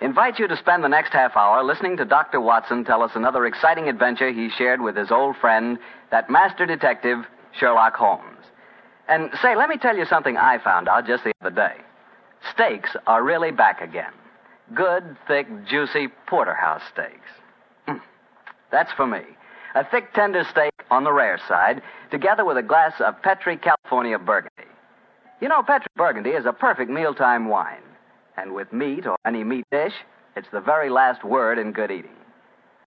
invites you to spend the next half hour listening to Dr. Watson tell us another exciting adventure he shared with his old friend, that master detective, Sherlock Holmes. And say, let me tell you something I found out just the other day. Steaks are really back again. Good, thick, juicy porterhouse steaks. Mm, That's for me. A thick, tender steak on the rare side, together with a glass of Petri California Burgundy. You know, Petri Burgundy is a perfect mealtime wine. And with meat or any meat dish, it's the very last word in good eating.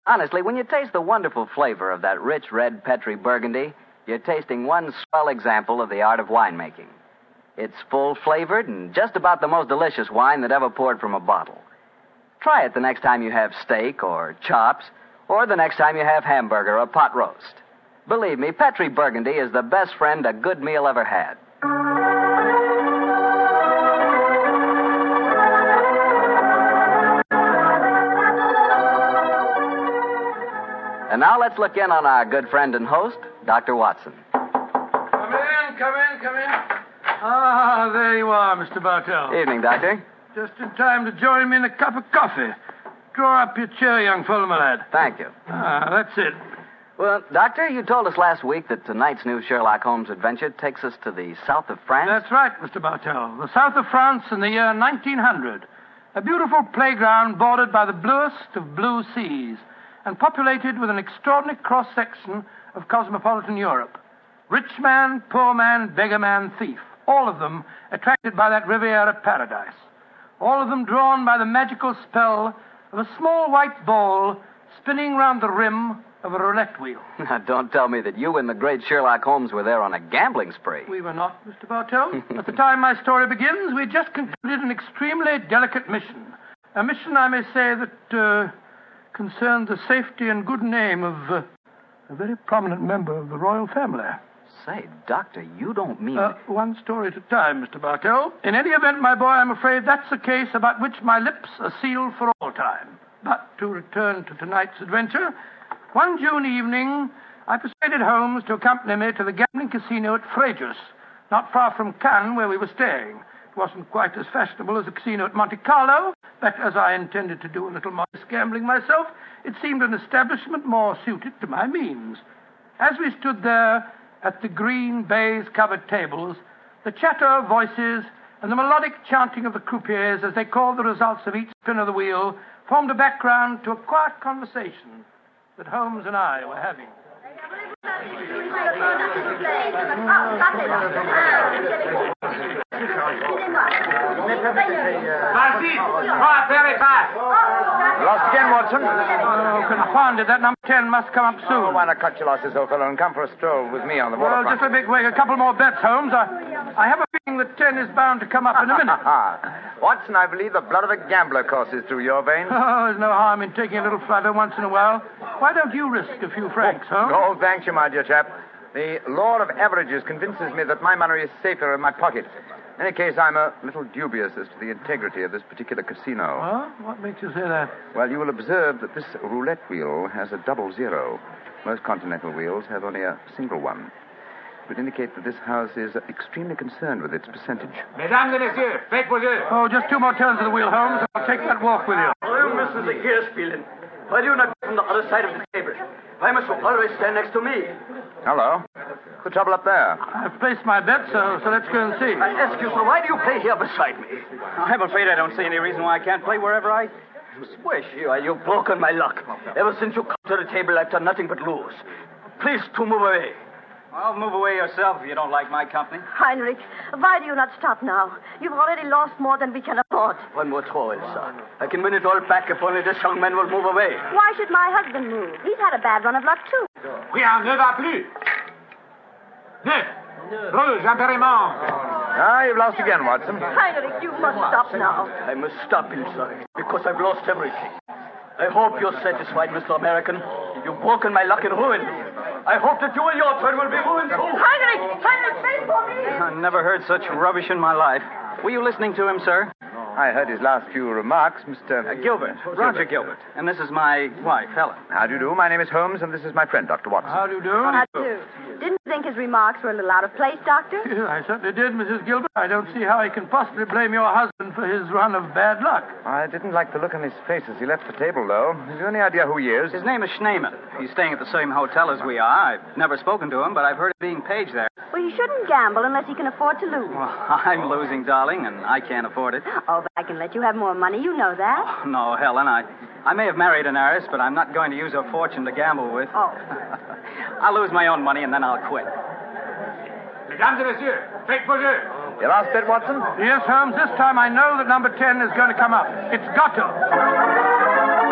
Honestly, when you taste the wonderful flavor of that rich red Petri Burgundy, you're tasting one swell example of the art of winemaking. It's full flavored and just about the most delicious wine that ever poured from a bottle. Try it the next time you have steak or chops, or the next time you have hamburger or pot roast. Believe me, Petri Burgundy is the best friend a good meal ever had. And now let's look in on our good friend and host, Dr. Watson. Come in, come in, come in. Ah, there you are, Mr. Bartell. Evening, Doctor. Just in time to join me in a cup of coffee. Draw up your chair, young fellow, my lad. Thank you. Ah, that's it. Well, Doctor, you told us last week that tonight's new Sherlock Holmes adventure takes us to the south of France. That's right, Mr. Bartell. The south of France in the year 1900. A beautiful playground bordered by the bluest of blue seas and populated with an extraordinary cross section of cosmopolitan Europe. Rich man, poor man, beggar man, thief. All of them attracted by that Riviera paradise. All of them drawn by the magical spell of a small white ball spinning round the rim of a roulette wheel. Now, don't tell me that you and the great Sherlock Holmes were there on a gambling spree. We were not, Mr. Bartell. At the time my story begins, we had just concluded an extremely delicate mission. A mission, I may say, that uh, concerned the safety and good name of uh, a very prominent member of the royal family. Say, Doctor, you don't mean. Uh, one story at a time, Mr. Bartell. In any event, my boy, I'm afraid that's a case about which my lips are sealed for all time. But to return to tonight's adventure, one June evening, I persuaded Holmes to accompany me to the gambling casino at Frejus, not far from Cannes, where we were staying. It wasn't quite as fashionable as the casino at Monte Carlo, but as I intended to do a little modest gambling myself, it seemed an establishment more suited to my means. As we stood there at the green baize covered tables, the chatter of voices and the melodic chanting of the croupiers as they called the results of each spin of the wheel formed a background to a quiet conversation that Holmes and I were having. Vas-y, Vas-y, prends un paire et passe. Lost again, Watson. Oh, confounded, that number 10 must come up Oh, soon. why not cut your losses, old fellow, and come for a stroll Oh, with me on the Well, waterfront? just a big wait. A couple more bets, Holmes. I, I have a feeling that 10 is bound to come up in a minute. Ah, Watson, I believe the blood of a gambler courses through your veins. Oh, there's no harm in taking a little flutter once in a while. Why don't you risk a few francs, Holmes? No, Oh, thank you, my dear chap. The law of averages convinces me that my money is safer in my pocket. In any case, I'm a little dubious as to the integrity of this particular casino. Huh? What makes you say that? Well, you will observe that this roulette wheel has a double zero. Most continental wheels have only a single one. It would indicate that this house is extremely concerned with its percentage. Mesdames et messieurs, faites vos jeux. Oh, just two more turns of the wheel, Holmes. I'll take that walk with you. Oh, Mrs. Gearspielin, why do you not come from the other side of the table? Why must you always stand next to me? Hello. The trouble up there. I've placed my bet, so, so let's go and see. I ask you, sir, why do you play here beside me? I'm afraid I don't see any reason why I can't play wherever I. You swish, you are. You've broken my luck. Ever since you come to the table, I've done nothing but lose. Please to move away. Well, move away yourself if you don't like my company. Heinrich, why do you not stop now? You've already lost more than we can afford. One more throw, Elsa. I can win it all back if only this young man will move away. Why should my husband move? He's had a bad run of luck, too. Oui, un ne va plus. Neuf. Rouge, impérément. Ah, you've lost again, Watson. Heinrich, you must stop now. I must stop, Elsa, because I've lost everything. I hope you're satisfied, Mr. American. You've broken my luck and ruined me. I hope that you and your turn will be ruined too. Heinrich! Heinrich, wait for me! I never heard such rubbish in my life. Were you listening to him, sir? I heard his last few remarks, Mr. Uh, Gilbert, Roger Gilbert. And this is my wife, Helen. How do you do? My name is Holmes, and this is my friend, Dr. Watson. Uh, How do you do? I do. Didn't you think his remarks were a little out of place, Doctor? Yeah, I certainly did, Mrs. Gilbert. I don't see how I can possibly blame your husband for his run of bad luck. I didn't like the look on his face as he left the table, though. Have you any idea who he is? His name is Schneeman. He's staying at the same hotel as we are. I've never spoken to him, but I've heard of being paged there. Well, you shouldn't gamble unless you can afford to lose. Well, I'm losing, darling, and I can't afford it. Oh, but I can let you have more money. You know that. No, Helen, I, I may have married an heiress, but I'm not going to use her fortune to gamble with. Oh. I'll lose my own money and then I'll quit. Mesdames et messieurs, faites vos jeux. Your last bet, Watson? Yes, Holmes, this time I know that number 10 is going to come up. It's got to.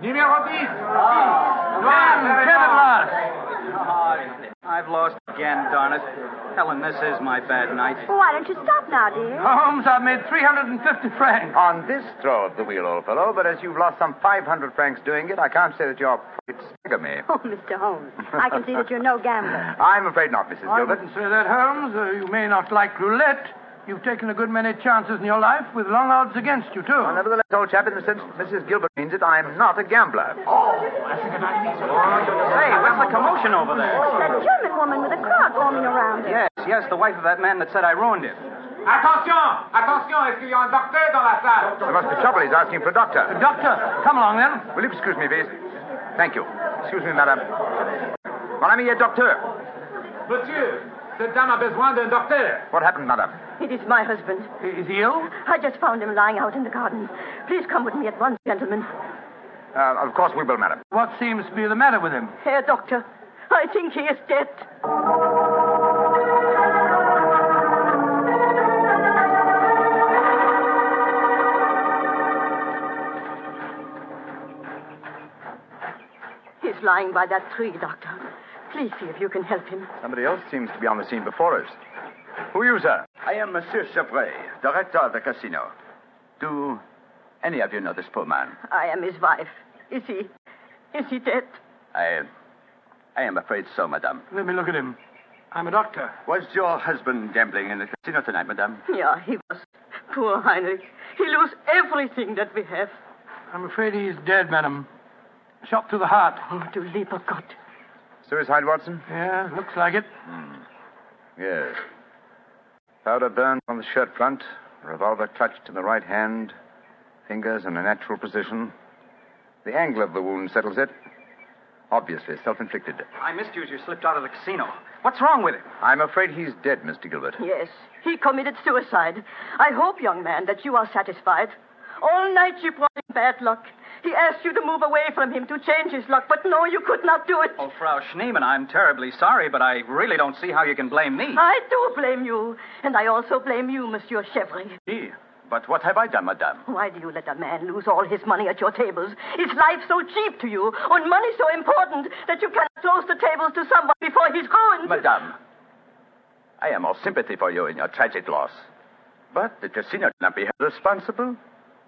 Numéro 10. Ten, ten at last. I've lost again, darn it. Helen, this is my bad night. Well, why don't you stop now, dear? Holmes, I've made 350 francs. On this throw of the wheel, old fellow, but as you've lost some 500 francs doing it, I can't say that your profits stagger me. Oh, Mr. Holmes, I can see that you're no gambler. I'm afraid not, Mrs. I Gilbert. wouldn't say that, Holmes. Uh, you may not like roulette. You've taken a good many chances in your life with long odds against you, too. Well, nevertheless, old chap, in the sense Mrs. Gilbert means it, I'm not a gambler. Hey, what's the commotion over there? It's that German woman with a crowd forming around Yes, her. yes, the wife of that man that said I ruined him. Attention, attention, est-ce qu'il y a un docteur dans la salle? There must be trouble. He's asking for a doctor. Doctor, come along then. Will you excuse me, please? Thank you. Excuse me, madam. Well, I'm here, doctor. Monsieur, cette dame a besoin d'un docteur. What happened, madam? It is my husband. Is he ill? I just found him lying out in the garden. Please come with me at once, gentlemen. Uh, of course we will, madam. What seems to be the matter with him? Herr Doctor, I think he is dead. He's lying by that tree, Doctor. Please see if you can help him. Somebody else seems to be on the scene before us. Who are you, sir? I am Monsieur Chevray, director of the casino. Do any of you know this poor man? I am his wife. Is he? Is he dead? I. I am afraid so, madame. Let me look at him. I'm a doctor. Was your husband gambling in the casino tonight, madame? Yeah, he was. Poor Heinrich. He lost everything that we have. I'm afraid he's dead, madam. Shot through the heart. Oh, du lieber Gott. Suicide, Watson? Yeah, looks like it. Yes. Powder burned on the shirt front, revolver clutched in the right hand, fingers in a natural position. The angle of the wound settles it. Obviously self inflicted. I missed you as you slipped out of the casino. What's wrong with him? I'm afraid he's dead, Mr. Gilbert. Yes, he committed suicide. I hope, young man, that you are satisfied. All night you brought him bad luck. He asked you to move away from him to change his luck, but no, you could not do it. Oh, Frau Schneeman, I'm terribly sorry, but I really don't see how you can blame me. I do blame you, and I also blame you, Monsieur Chevry. He. But what have I done, madame? Why do you let a man lose all his money at your tables? Is life so cheap to you, and money so important that you cannot close the tables to someone before he's ruined? Madame, I am all sympathy for you in your tragic loss. But the casino cannot be held responsible.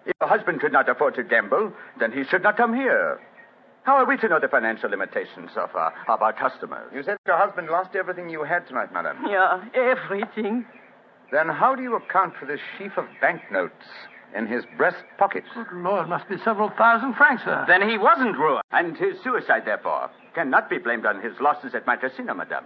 If your husband could not afford to gamble, then he should not come here. How are we to know the financial limitations of our, of our customers? You said your husband lost everything you had tonight, madam. Yeah, everything. Then how do you account for this sheaf of banknotes in his breast pocket? Good Lord, must be several thousand francs, sir. Then he wasn't ruined. And his suicide, therefore, cannot be blamed on his losses at my casino, madame.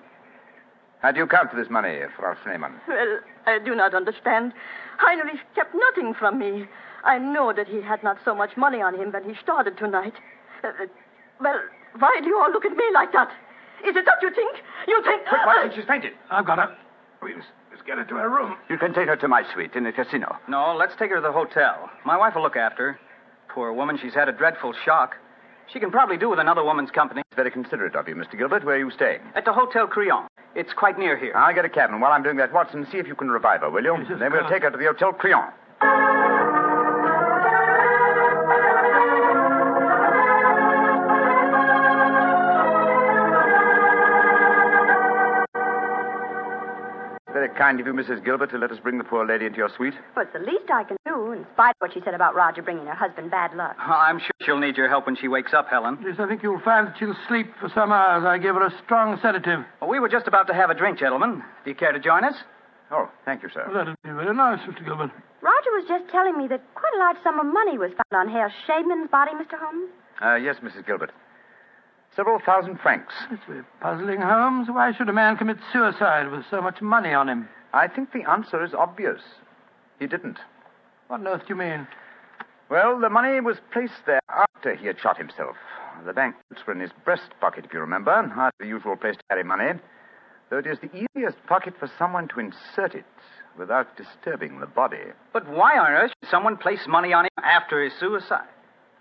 How do you account for this money, Frau Schneemann? Well, I do not understand. Heinrich kept nothing from me. I know that he had not so much money on him when he started tonight. Uh, uh, well, why do you all look at me like that? Is it that you think? You think. uh, Quick, Watson, she's fainted. I've got her. We must, must get her to her room. You can take her to my suite in the casino. No, let's take her to the hotel. My wife will look after her. Poor woman, she's had a dreadful shock. She can probably do with another woman's company. It's very considerate of you, Mr. Gilbert. Where are you staying? At the Hotel Creon. It's quite near here. I'll get a cab, and while I'm doing that, Watson, see if you can revive her, will you? Yes, yes, then we'll sir. take her to the Hotel Creon. kind of you, Mrs. Gilbert, to let us bring the poor lady into your suite. Well, it's the least I can do, in spite of what she said about Roger bringing her husband bad luck. I'm sure she'll need your help when she wakes up, Helen. Yes, I think you'll find that she'll sleep for some hours. I give her a strong sedative. We were just about to have a drink, gentlemen. Do you care to join us? Oh, thank you, sir. That'll be very nice, Mr. Gilbert. Roger was just telling me that quite a large sum of money was found on Hale Shademan's body, Mr. Holmes. Uh, yes, Mrs. Gilbert. Several thousand francs. That's very puzzling, Holmes. Why should a man commit suicide with so much money on him? I think the answer is obvious. He didn't. What on earth do you mean? Well, the money was placed there after he had shot himself. The banknotes were in his breast pocket, if you remember. Hardly the usual place to carry money. Though it is the easiest pocket for someone to insert it without disturbing the body. But why on earth should someone place money on him after his suicide?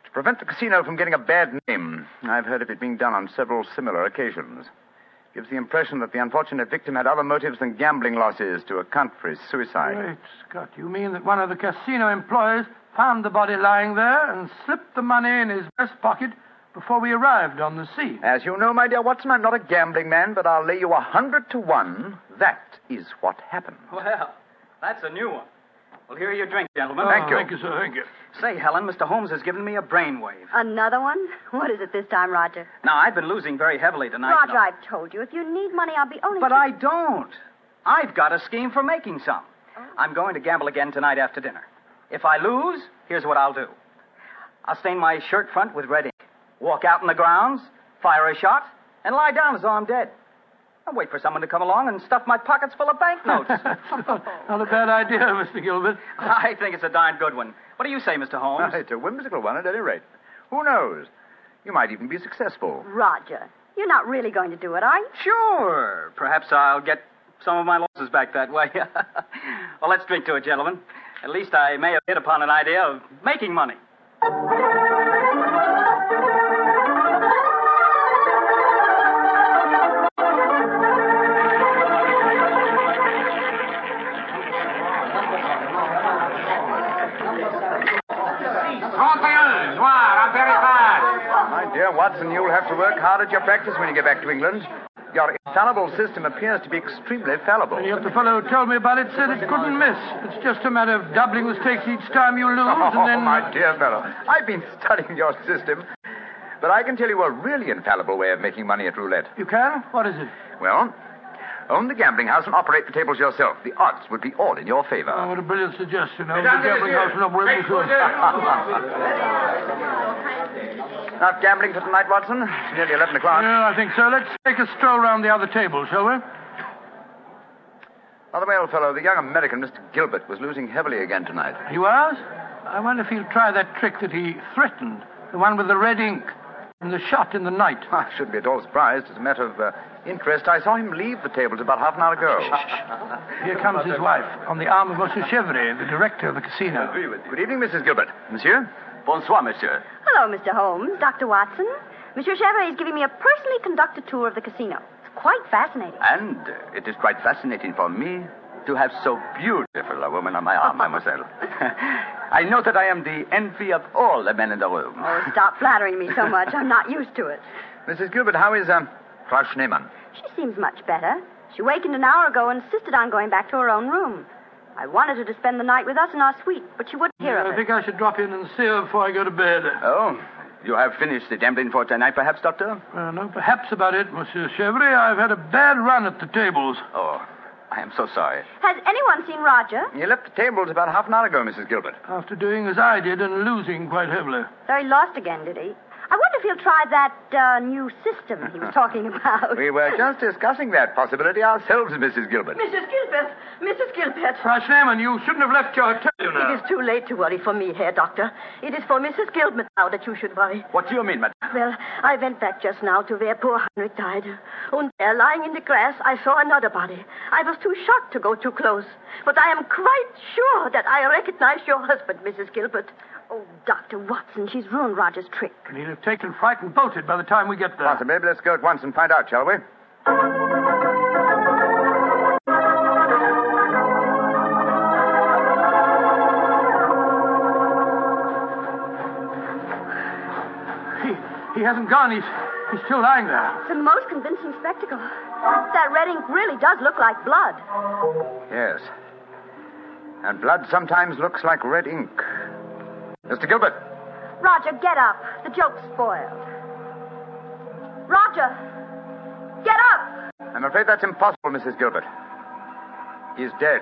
To prevent the casino from getting a bad name, I've heard of it being done on several similar occasions. Gives the impression that the unfortunate victim had other motives than gambling losses to account for his suicide. Great Scott, you mean that one of the casino employees found the body lying there and slipped the money in his breast pocket before we arrived on the scene? As you know, my dear Watson, I'm not a gambling man, but I'll lay you a hundred to one. That is what happened. Well, that's a new one. Well, here are your drink, gentlemen. Thank you. Oh, Thank you, sir. Thank you. Say, Helen, Mr. Holmes has given me a brainwave. Another one? What is it this time, Roger? Now, I've been losing very heavily tonight. you Roger, know. I've told you, if you need money, I'll be only. But I don't. I've got a scheme for making some. I'm going to gamble again tonight after dinner. If I lose, here's what I'll do I'll stain my shirt front with red ink, walk out in the grounds, fire a shot, and lie down as though I'm dead. I'll wait for someone to come along and stuff my pockets full of banknotes. Not a bad idea, Mr. Gilbert. I think it's a darn good one. What do you say, Mr. Holmes? Well, it's a whimsical one at any rate. Who knows? You might even be successful. Roger, you're uh, not really going to do it, are you? Sure. Perhaps I'll get some of my losses back that way. well, let's drink to it, gentlemen. At least I may have hit upon an idea of making money. My dear Watson, you'll have to work hard at your practice when you get back to England. Your infallible system appears to be extremely fallible. And yet the fellow who told me about it said it couldn't miss. It's just a matter of doubling the stakes each time you lose, Oh, and then. my dear fellow, I've been studying your system, but I can tell you a really infallible way of making money at roulette. You can? What is it? Well, own the gambling house and operate the tables yourself. The odds would be all in your favor. Oh, what a brilliant suggestion. I Mesdames the gambling et house messieurs, not willing faites-vous heureux. Not gambling for tonight, Watson. It's nearly 11 o'clock. Yeah, I think so. Let's take a stroll round the other table, shall we? By the way, old fellow, the young American, Mr. Gilbert, was losing heavily again tonight. He was? I wonder if he'll try that trick that he threatened, the one with the red ink and the shot in the night. I shouldn't be at all surprised. As a matter of uh, interest, I saw him leave the tables about half an hour ago. Here comes his wife on the arm of Monsieur Chevrier, the director of the casino. Good evening, Mrs. Gilbert. Monsieur? Bonsoir, monsieur. Hello, Mr. Holmes, Dr. Watson. Monsieur Chevrolet is giving me a personally conducted tour of the casino. It's quite fascinating. And uh, it is quite fascinating for me to have so beautiful a woman on my arm, mademoiselle. I know that I am the envy of all the men in the room. Oh, stop flattering me so much. I'm not used to it. Mrs. Gilbert, how is um, Frau Schneemann? She seems much better. She wakened an hour ago and insisted on going back to her own room. I wanted her to spend the night with us in our suite, but she wouldn't hear I of it. think I should drop in and see her before I go to bed. Oh, you have finished the gambling for tonight, perhaps, Doctor? Well, no, perhaps about it, Monsieur Chevrier. I've had a bad run at the tables. Oh, I am so sorry. Has anyone seen Roger? You left the tables about half an hour ago, Mrs. Gilbert. After doing as I did and losing quite heavily. So he lost again, did he? I wonder if he'll try that uh, new system he was talking about. We were just discussing that possibility ourselves, Mrs. Gilbert. Mrs. Gilbert, Mrs. Gilbert. Frau Schneemann, you shouldn't have left your hotel, you It know. is too late to worry for me, Herr Doctor. It is for Mrs. Gilbert now that you should worry. What do you mean, madame? Well, I went back just now to where poor Henry died. And there, lying in the grass, I saw another body. I was too shocked to go too close. But I am quite sure that I recognize your husband, Mrs. Gilbert. Oh, Dr. Watson, she's ruined Roger's trick. And he'll have taken fright and bolted by the time we get there. Possibly, but let's go at once and find out, shall we? He, he hasn't gone. He's, He's still lying there. It's a most convincing spectacle. That red ink really does look like blood. Yes. And blood sometimes looks like red ink. Mr. Gilbert, Roger, get up. The joke's spoiled. Roger, get up. I'm afraid that's impossible, Mrs. Gilbert. He's dead.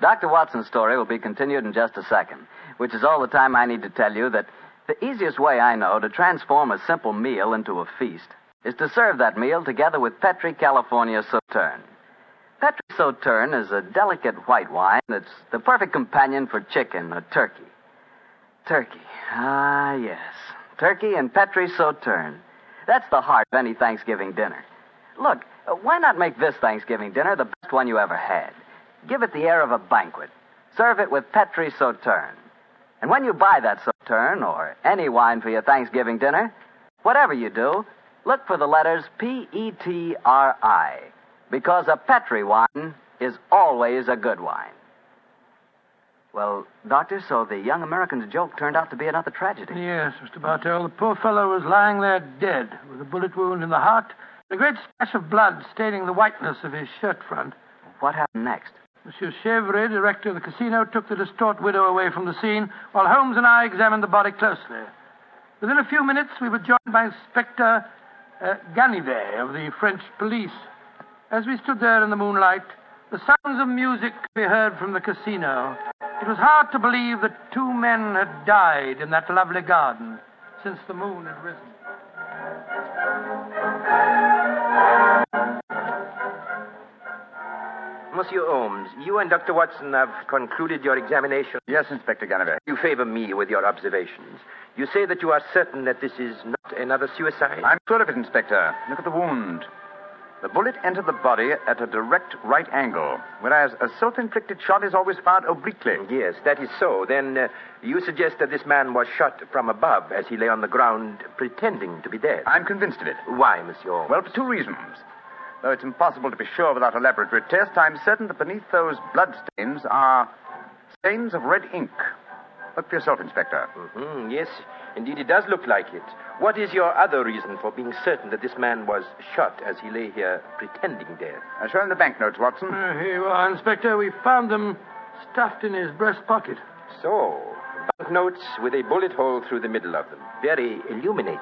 Dr. Watson's story will be continued in just a second, which is all the time I need to tell you that the easiest way I know to transform a simple meal into a feast is to serve that meal together with Petri California Sauterne. Petri Sauterne is a delicate white wine that's the perfect companion for chicken or turkey. Turkey. Ah, yes. Turkey and Petri Sauterne. That's the heart of any Thanksgiving dinner. Look, uh, why not make this Thanksgiving dinner the best one you ever had? Give it the air of a banquet. Serve it with Petri Sauterne. And when you buy that Sauterne or any wine for your Thanksgiving dinner, whatever you do, look for the letters P E T R I because a Petri wine is always a good wine. Well, Doctor, so the young American's joke turned out to be another tragedy. Yes, Mr. Bartell. The poor fellow was lying there dead, with a bullet wound in the heart, and a great splash of blood staining the whiteness of his shirt front. What happened next? Monsieur Chevre, director of the casino, took the distraught widow away from the scene, while Holmes and I examined the body closely. Within a few minutes, we were joined by Inspector uh, Ganivet of the French police. As we stood there in the moonlight, the sounds of music could be heard from the casino. It was hard to believe that two men had died in that lovely garden since the moon had risen. Monsieur Holmes, you and Dr. Watson have concluded your examination. Yes, Inspector Gannevet. You favor me with your observations. You say that you are certain that this is not another suicide? I'm sure of it, Inspector. Look at the wound. The bullet entered the body at a direct right angle, whereas a self inflicted shot is always fired obliquely. Yes, that is so. Then uh, you suggest that this man was shot from above as he lay on the ground pretending to be dead. I'm convinced of it. Why, Monsieur Holmes? Well, for two reasons. Though it's impossible to be sure without a laboratory test, I'm certain that beneath those blood stains are stains of red ink. Look for yourself, Inspector. Mhm, yes, indeed, it does look like it. What is your other reason for being certain that this man was shot as he lay here pretending dead? Uh, show him the banknotes, Watson. Uh, here you are, Inspector. We found them stuffed in his breast pocket. So, banknotes with a bullet hole through the middle of them. Very illuminating.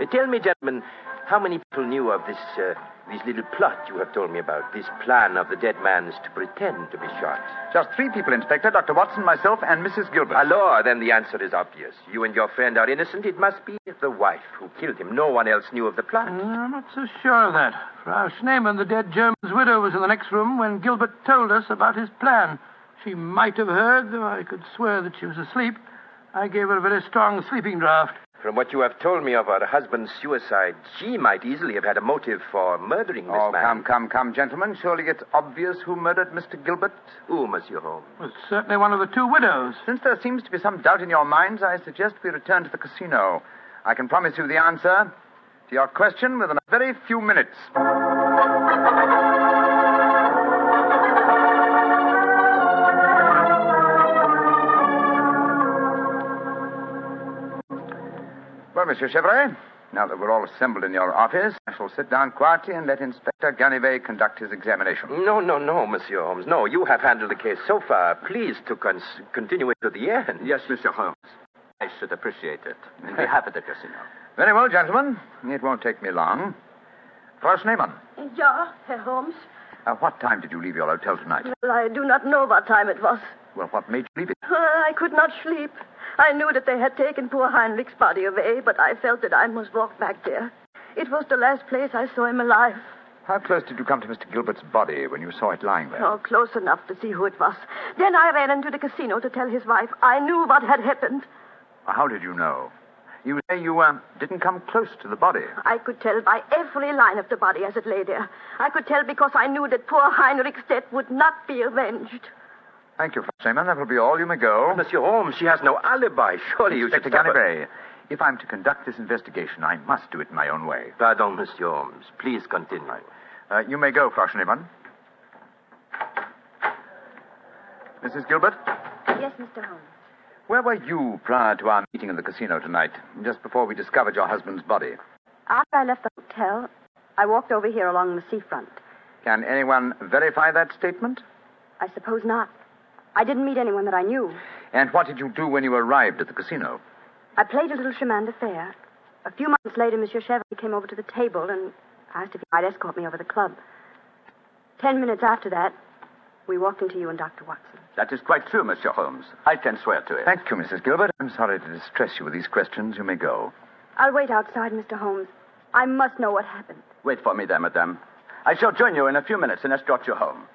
Uh, tell me, gentlemen, how many people knew of this, uh, this little plot you have told me about, this plan of the dead man's to pretend to be shot? Just three people, Inspector Dr. Watson, myself, and Mrs. Gilbert. Alors, then the answer is obvious. You and your friend are innocent. It must be the wife who killed him. No one else knew of the plot. Uh, I'm not so sure of that. Frau Schneemann, the dead German's widow, was in the next room when Gilbert told us about his plan. She might have heard, though I could swear that she was asleep. I gave her a very strong sleeping draught. From what you have told me of her husband's suicide, she might easily have had a motive for murdering this Oh, man. come, come, come, gentlemen. Surely it's obvious who murdered Mr. Gilbert. Who, Monsieur Holmes? It was certainly one of the two widows. Since there seems to be some doubt in your minds, I suggest we return to the casino. I can promise you the answer to your question within a very few minutes. Well, Monsieur Chevrolet, now that we're all assembled in your office, I shall sit down quietly and let Inspector Ganivet conduct his examination. No, no, no, Monsieur Holmes. No, you have handled the case so far. Please to cons- continue it to the end. Yes, Monsieur Holmes. I should appreciate it. On behalf of the casino. Very well, gentlemen. It won't take me long. Frau Schneemann, Ja, Herr Holmes. uh, what time did you leave your hotel tonight? Well, I do not know what time it was. Well, what made you leave it? Uh, I could not sleep. I knew that they had taken poor Heinrich's body away, but I felt that I must walk back there. It was the last place I saw him alive. How close did you come to Mr. Gilbert's body when you saw it lying there? Oh, close enough to see who it was. Then I ran into the casino to tell his wife I knew what had happened. How did you know? You say you uh, didn't come close to the body. I could tell by every line of the body as it lay there. I could tell because I knew that poor Heinrich's death would not be avenged. Thank you, Frau Schneemann. That will be all. You may go. Monsieur Holmes, she has no alibi. Surely you should Inspector stop Ganivet, her. if I'm to conduct this investigation, I must do it my own way. Pardon, Monsieur Holmes. Please continue. Uh, you may go, Frau Schneemann. Mrs. Gilbert, Yes, Mr. Holmes. where were you prior to our meeting in the casino tonight, just before we discovered your husband's body? After I left the hotel, I walked over here along the seafront. Can anyone verify that statement? I suppose not. I didn't meet anyone that I knew. And what did you do when you arrived at the casino? I played a little chemin de fer. A few months later, Monsieur Chevalier came over to the table and asked if he might escort me over the club. Ten minutes after that, we walked into you and Dr. Watson. That is quite true, Monsieur Holmes. I can swear to it. Thank you, Mrs. Gilbert. I'm sorry to distress you with these questions. You may go. I'll wait outside, Mr. Holmes. I must know what happened. Wait for me there, madame. I shall join you in a few minutes and escort you home.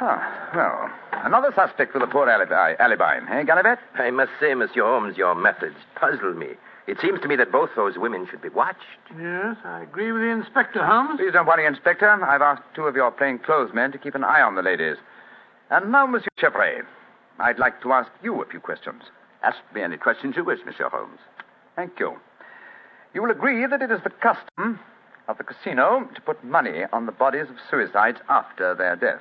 Ah, well, another suspect for the poor alibi, alibi eh, Gallivette? I must say, Monsieur Holmes, your methods puzzle me. It seems to me that both those women should be watched. Yes, I agree with the inspector, Holmes. Please don't worry, Inspector. I've asked two of your plainclothes men to keep an eye on the ladies. And now, Monsieur Chevrolet, I'd like to ask you a few questions. Ask me any questions you wish, Monsieur Holmes. Thank you. You will agree that it is the custom of the casino to put money on the bodies of suicides after their death,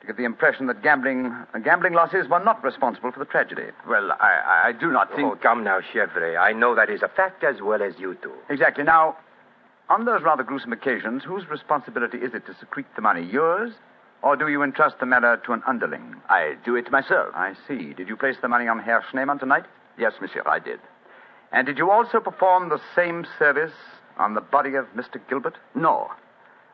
to give the impression that gambling, uh, gambling losses were not responsible for the tragedy. Well, I, I do not think. Oh, come now, Chevrolet. I know that is a fact as well as you do. Exactly. Now, on those rather gruesome occasions, whose responsibility is it to secrete the money? Yours? Or do you entrust the matter to an underling? I do it myself. I see. Did you place the money on Herr Schneemann tonight? Yes, Monsieur, I did. And did you also perform the same service on the body of Mr. Gilbert? No.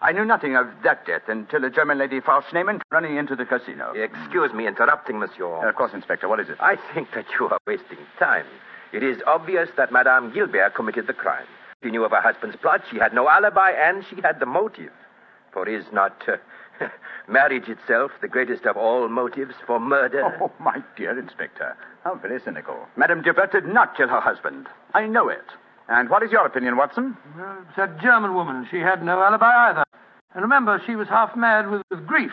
I knew nothing of that death until a German lady, Frau Schneemann, running into the casino. Excuse me interrupting, Monsieur Holmes. Uh, of course, Inspector. What is it? I think that you are wasting time. It is obvious that Madame Gilbert committed the crime. She knew of her husband's plot, she had no alibi, and she had the motive. For is not uh, marriage itself the greatest of all motives for murder? Oh, my dear Inspector. How very cynical. Madame Gilbert did not kill her husband. I know it. And what is your opinion, Watson? Well, it's that German woman. She had no alibi either. And remember, she was half mad with, with grief.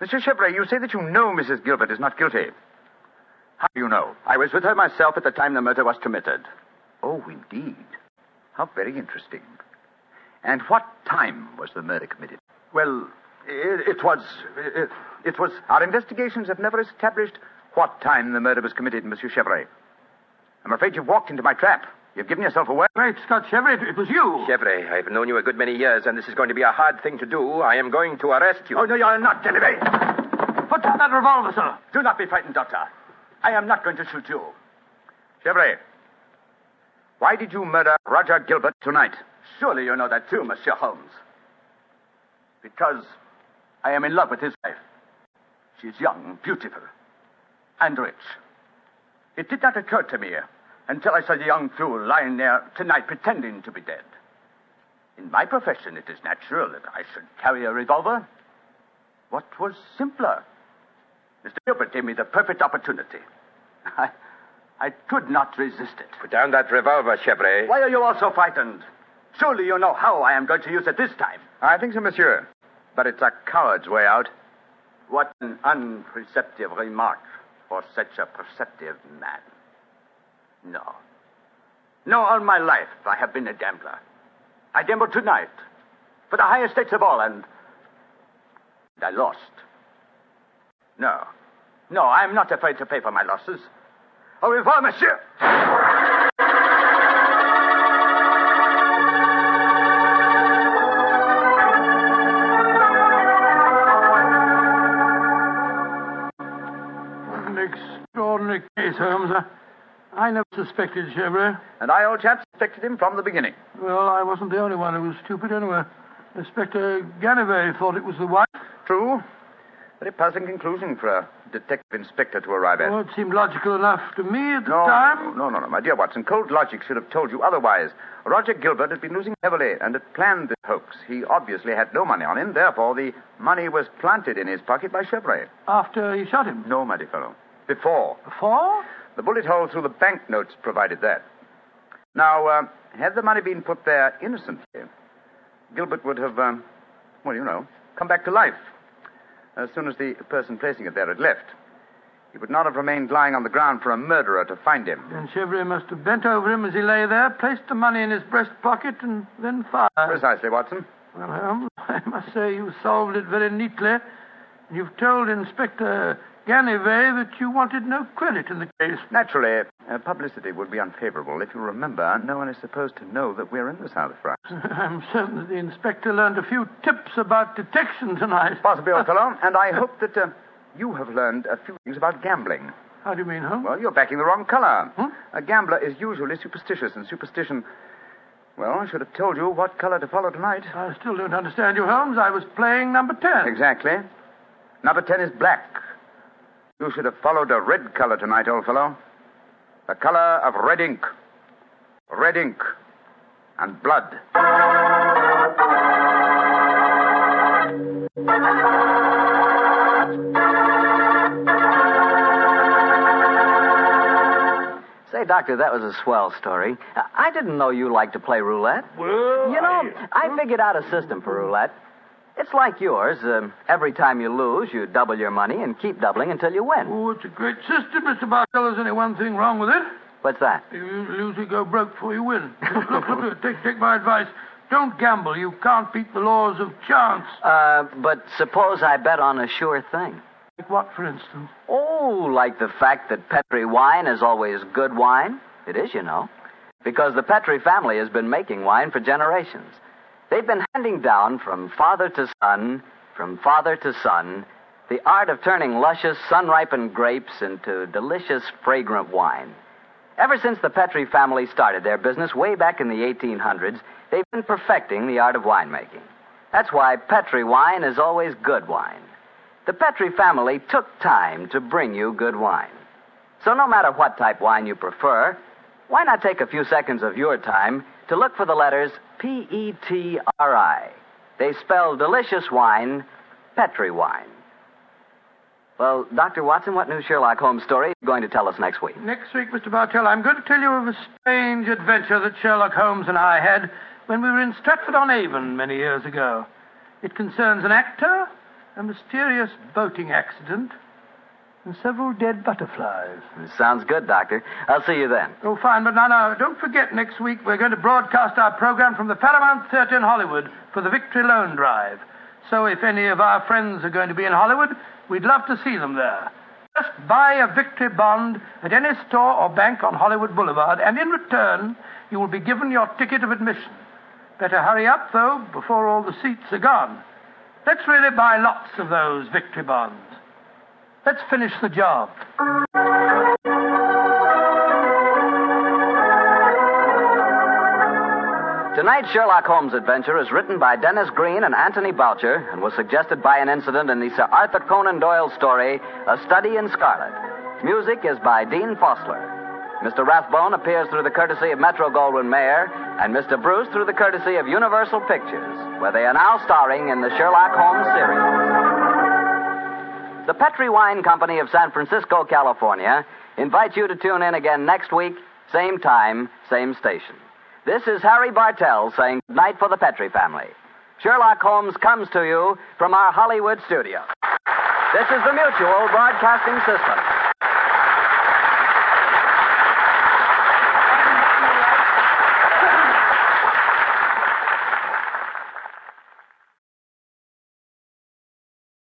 Mr. Chevrolet, you say that you know Mrs. Gilbert is not guilty. How do you know? I was with her myself at the time the murder was committed. Oh, indeed. How very interesting. And what time was the murder committed? Well, it, it was. It, it was. Our investigations have never established what time the murder was committed, Monsieur Chevrolet. I'm afraid you've walked into my trap. You've given yourself away. Great Scott, Chevrolet, it, it was you. Chevrolet, I've known you a good many years, and this is going to be a hard thing to do. I am going to arrest you. Oh, no, you are not, Genevieve. Put down that revolver, sir. Do not be frightened, Doctor. I am not going to shoot you. Chevrolet, why did you murder Roger Gilbert tonight? Surely you know that too, Monsieur Holmes. Because I am in love with his wife. She is young, beautiful, and rich. It did not occur to me until I saw the young fool lying there tonight pretending to be dead. In my profession, it is natural that I should carry a revolver. What was simpler? Mr. Gilbert gave me the perfect opportunity. I, I could not resist it. Put down that revolver, Chevrolet. Why are you all so frightened? Surely you know how I am going to use it this time. I think so, monsieur. But it's a coward's way out. What an unperceptive remark for such a perceptive man. No. No, all my life I have been a gambler. I gambled tonight for the highest stakes of all, and, and I lost. No. No, I'm not afraid to pay for my losses. Au revoir, monsieur. An extraordinary case, Holmes. I, I never suspected Chevrolet. And I, old chap, suspected him from the beginning. Well, I wasn't the only one who was stupid anyway. Inspector Ganivet thought it was the wife. True. Very puzzling conclusion for a detective inspector to arrive at. Well, it seemed logical enough to me at the no, time. no, no, no, my dear Watson. Cold logic should have told you otherwise. Roger Gilbert had been losing heavily and had planned this hoax. He obviously had no money on him, therefore the money was planted in his pocket by Chevrolet. After he shot him. No, my dear fellow. Before. Before? The bullet hole through the banknotes provided that. Now, uh, had the money been put there innocently, Gilbert would have, um, well, you know, come back to life as soon as the person placing it there had left. He would not have remained lying on the ground for a murderer to find him. Then Chevrolet must have bent over him as he lay there, placed the money in his breast pocket, and then fired. um, Precisely, Watson. Well, Holmes, I must say you solved it very neatly. You've told Inspector Ganivet that you wanted no credit in the case. Naturally, uh, publicity would be unfavorable. If you remember, no one is supposed to know that we're in the South of France. I'm certain that the inspector learned a few tips about detection tonight. Possibly, old fellow, and I hope that uh, you have learned a few things about gambling. How do you mean, huh? Well, you're backing the wrong color. A gambler is usually superstitious, and superstition. Well, I should have told you what color to follow tonight. I still don't understand you, Holmes. I was playing number 10. Exactly. Number 10 is black. You should have followed a red color tonight, old fellow. The color of red ink. Red ink. And blood. Say, Doctor, that was a swell story. I I didn't know you liked to play roulette. Well, You know, uh, I figured out a system for roulette. It's like yours. Um, every time you lose, you double your money and keep doubling until you win. Oh, it's a great system, Mr. Bartell. There's only one thing wrong with it. What's that? You lose, you go broke before you win. look, look, look, take, take my advice. Don't gamble. You can't beat the laws of chance. Uh, but suppose I bet on a sure thing. Like what, for instance? Oh, like the fact that Petri wine is always good wine? It is, you know. Because the Petri family has been making wine for generations. They've been handing down from father to son, from father to son, the art of turning luscious, sun ripened grapes into delicious, fragrant wine. Ever since the Petri family started their business way back in the 1800s, they've been perfecting the art of winemaking. That's why Petri wine is always good wine. The Petri family took time to bring you good wine. So, no matter what type wine you prefer, why not take a few seconds of your time to look for the letters P E T R I? They spell delicious wine, Petri wine. Well, Dr. Watson, what new Sherlock Holmes story are you going to tell us next week? Next week, Mr. Bartell, I'm going to tell you of a strange adventure that Sherlock Holmes and I had when we were in Stratford on Avon many years ago. It concerns an actor, a mysterious boating accident, and several dead butterflies. Sounds good, Doctor. I'll see you then. Oh, fine, but now, now, don't forget next week we're going to broadcast our program from the Paramount Theatre in Hollywood for the Victory Loan Drive. So if any of our friends are going to be in Hollywood, we'd love to see them there. Just buy a Victory Bond at any store or bank on Hollywood Boulevard, and in return, you will be given your ticket of admission. Better hurry up, though, before all the seats are gone. Let's really buy lots of those Victory Bonds. Let's finish the job. Tonight's Sherlock Holmes adventure is written by Dennis Green and Anthony Boucher and was suggested by an incident in the Sir Arthur Conan Doyle story, A Study in Scarlet. Music is by Dean Fosler. Mr. Rathbone appears through the courtesy of Metro Goldwyn Mayer and Mr. Bruce through the courtesy of Universal Pictures, where they are now starring in the Sherlock Holmes series. The Petri Wine Company of San Francisco, California, invites you to tune in again next week, same time, same station. This is Harry Bartell saying goodnight for the Petri family. Sherlock Holmes comes to you from our Hollywood studio. This is the Mutual Broadcasting System.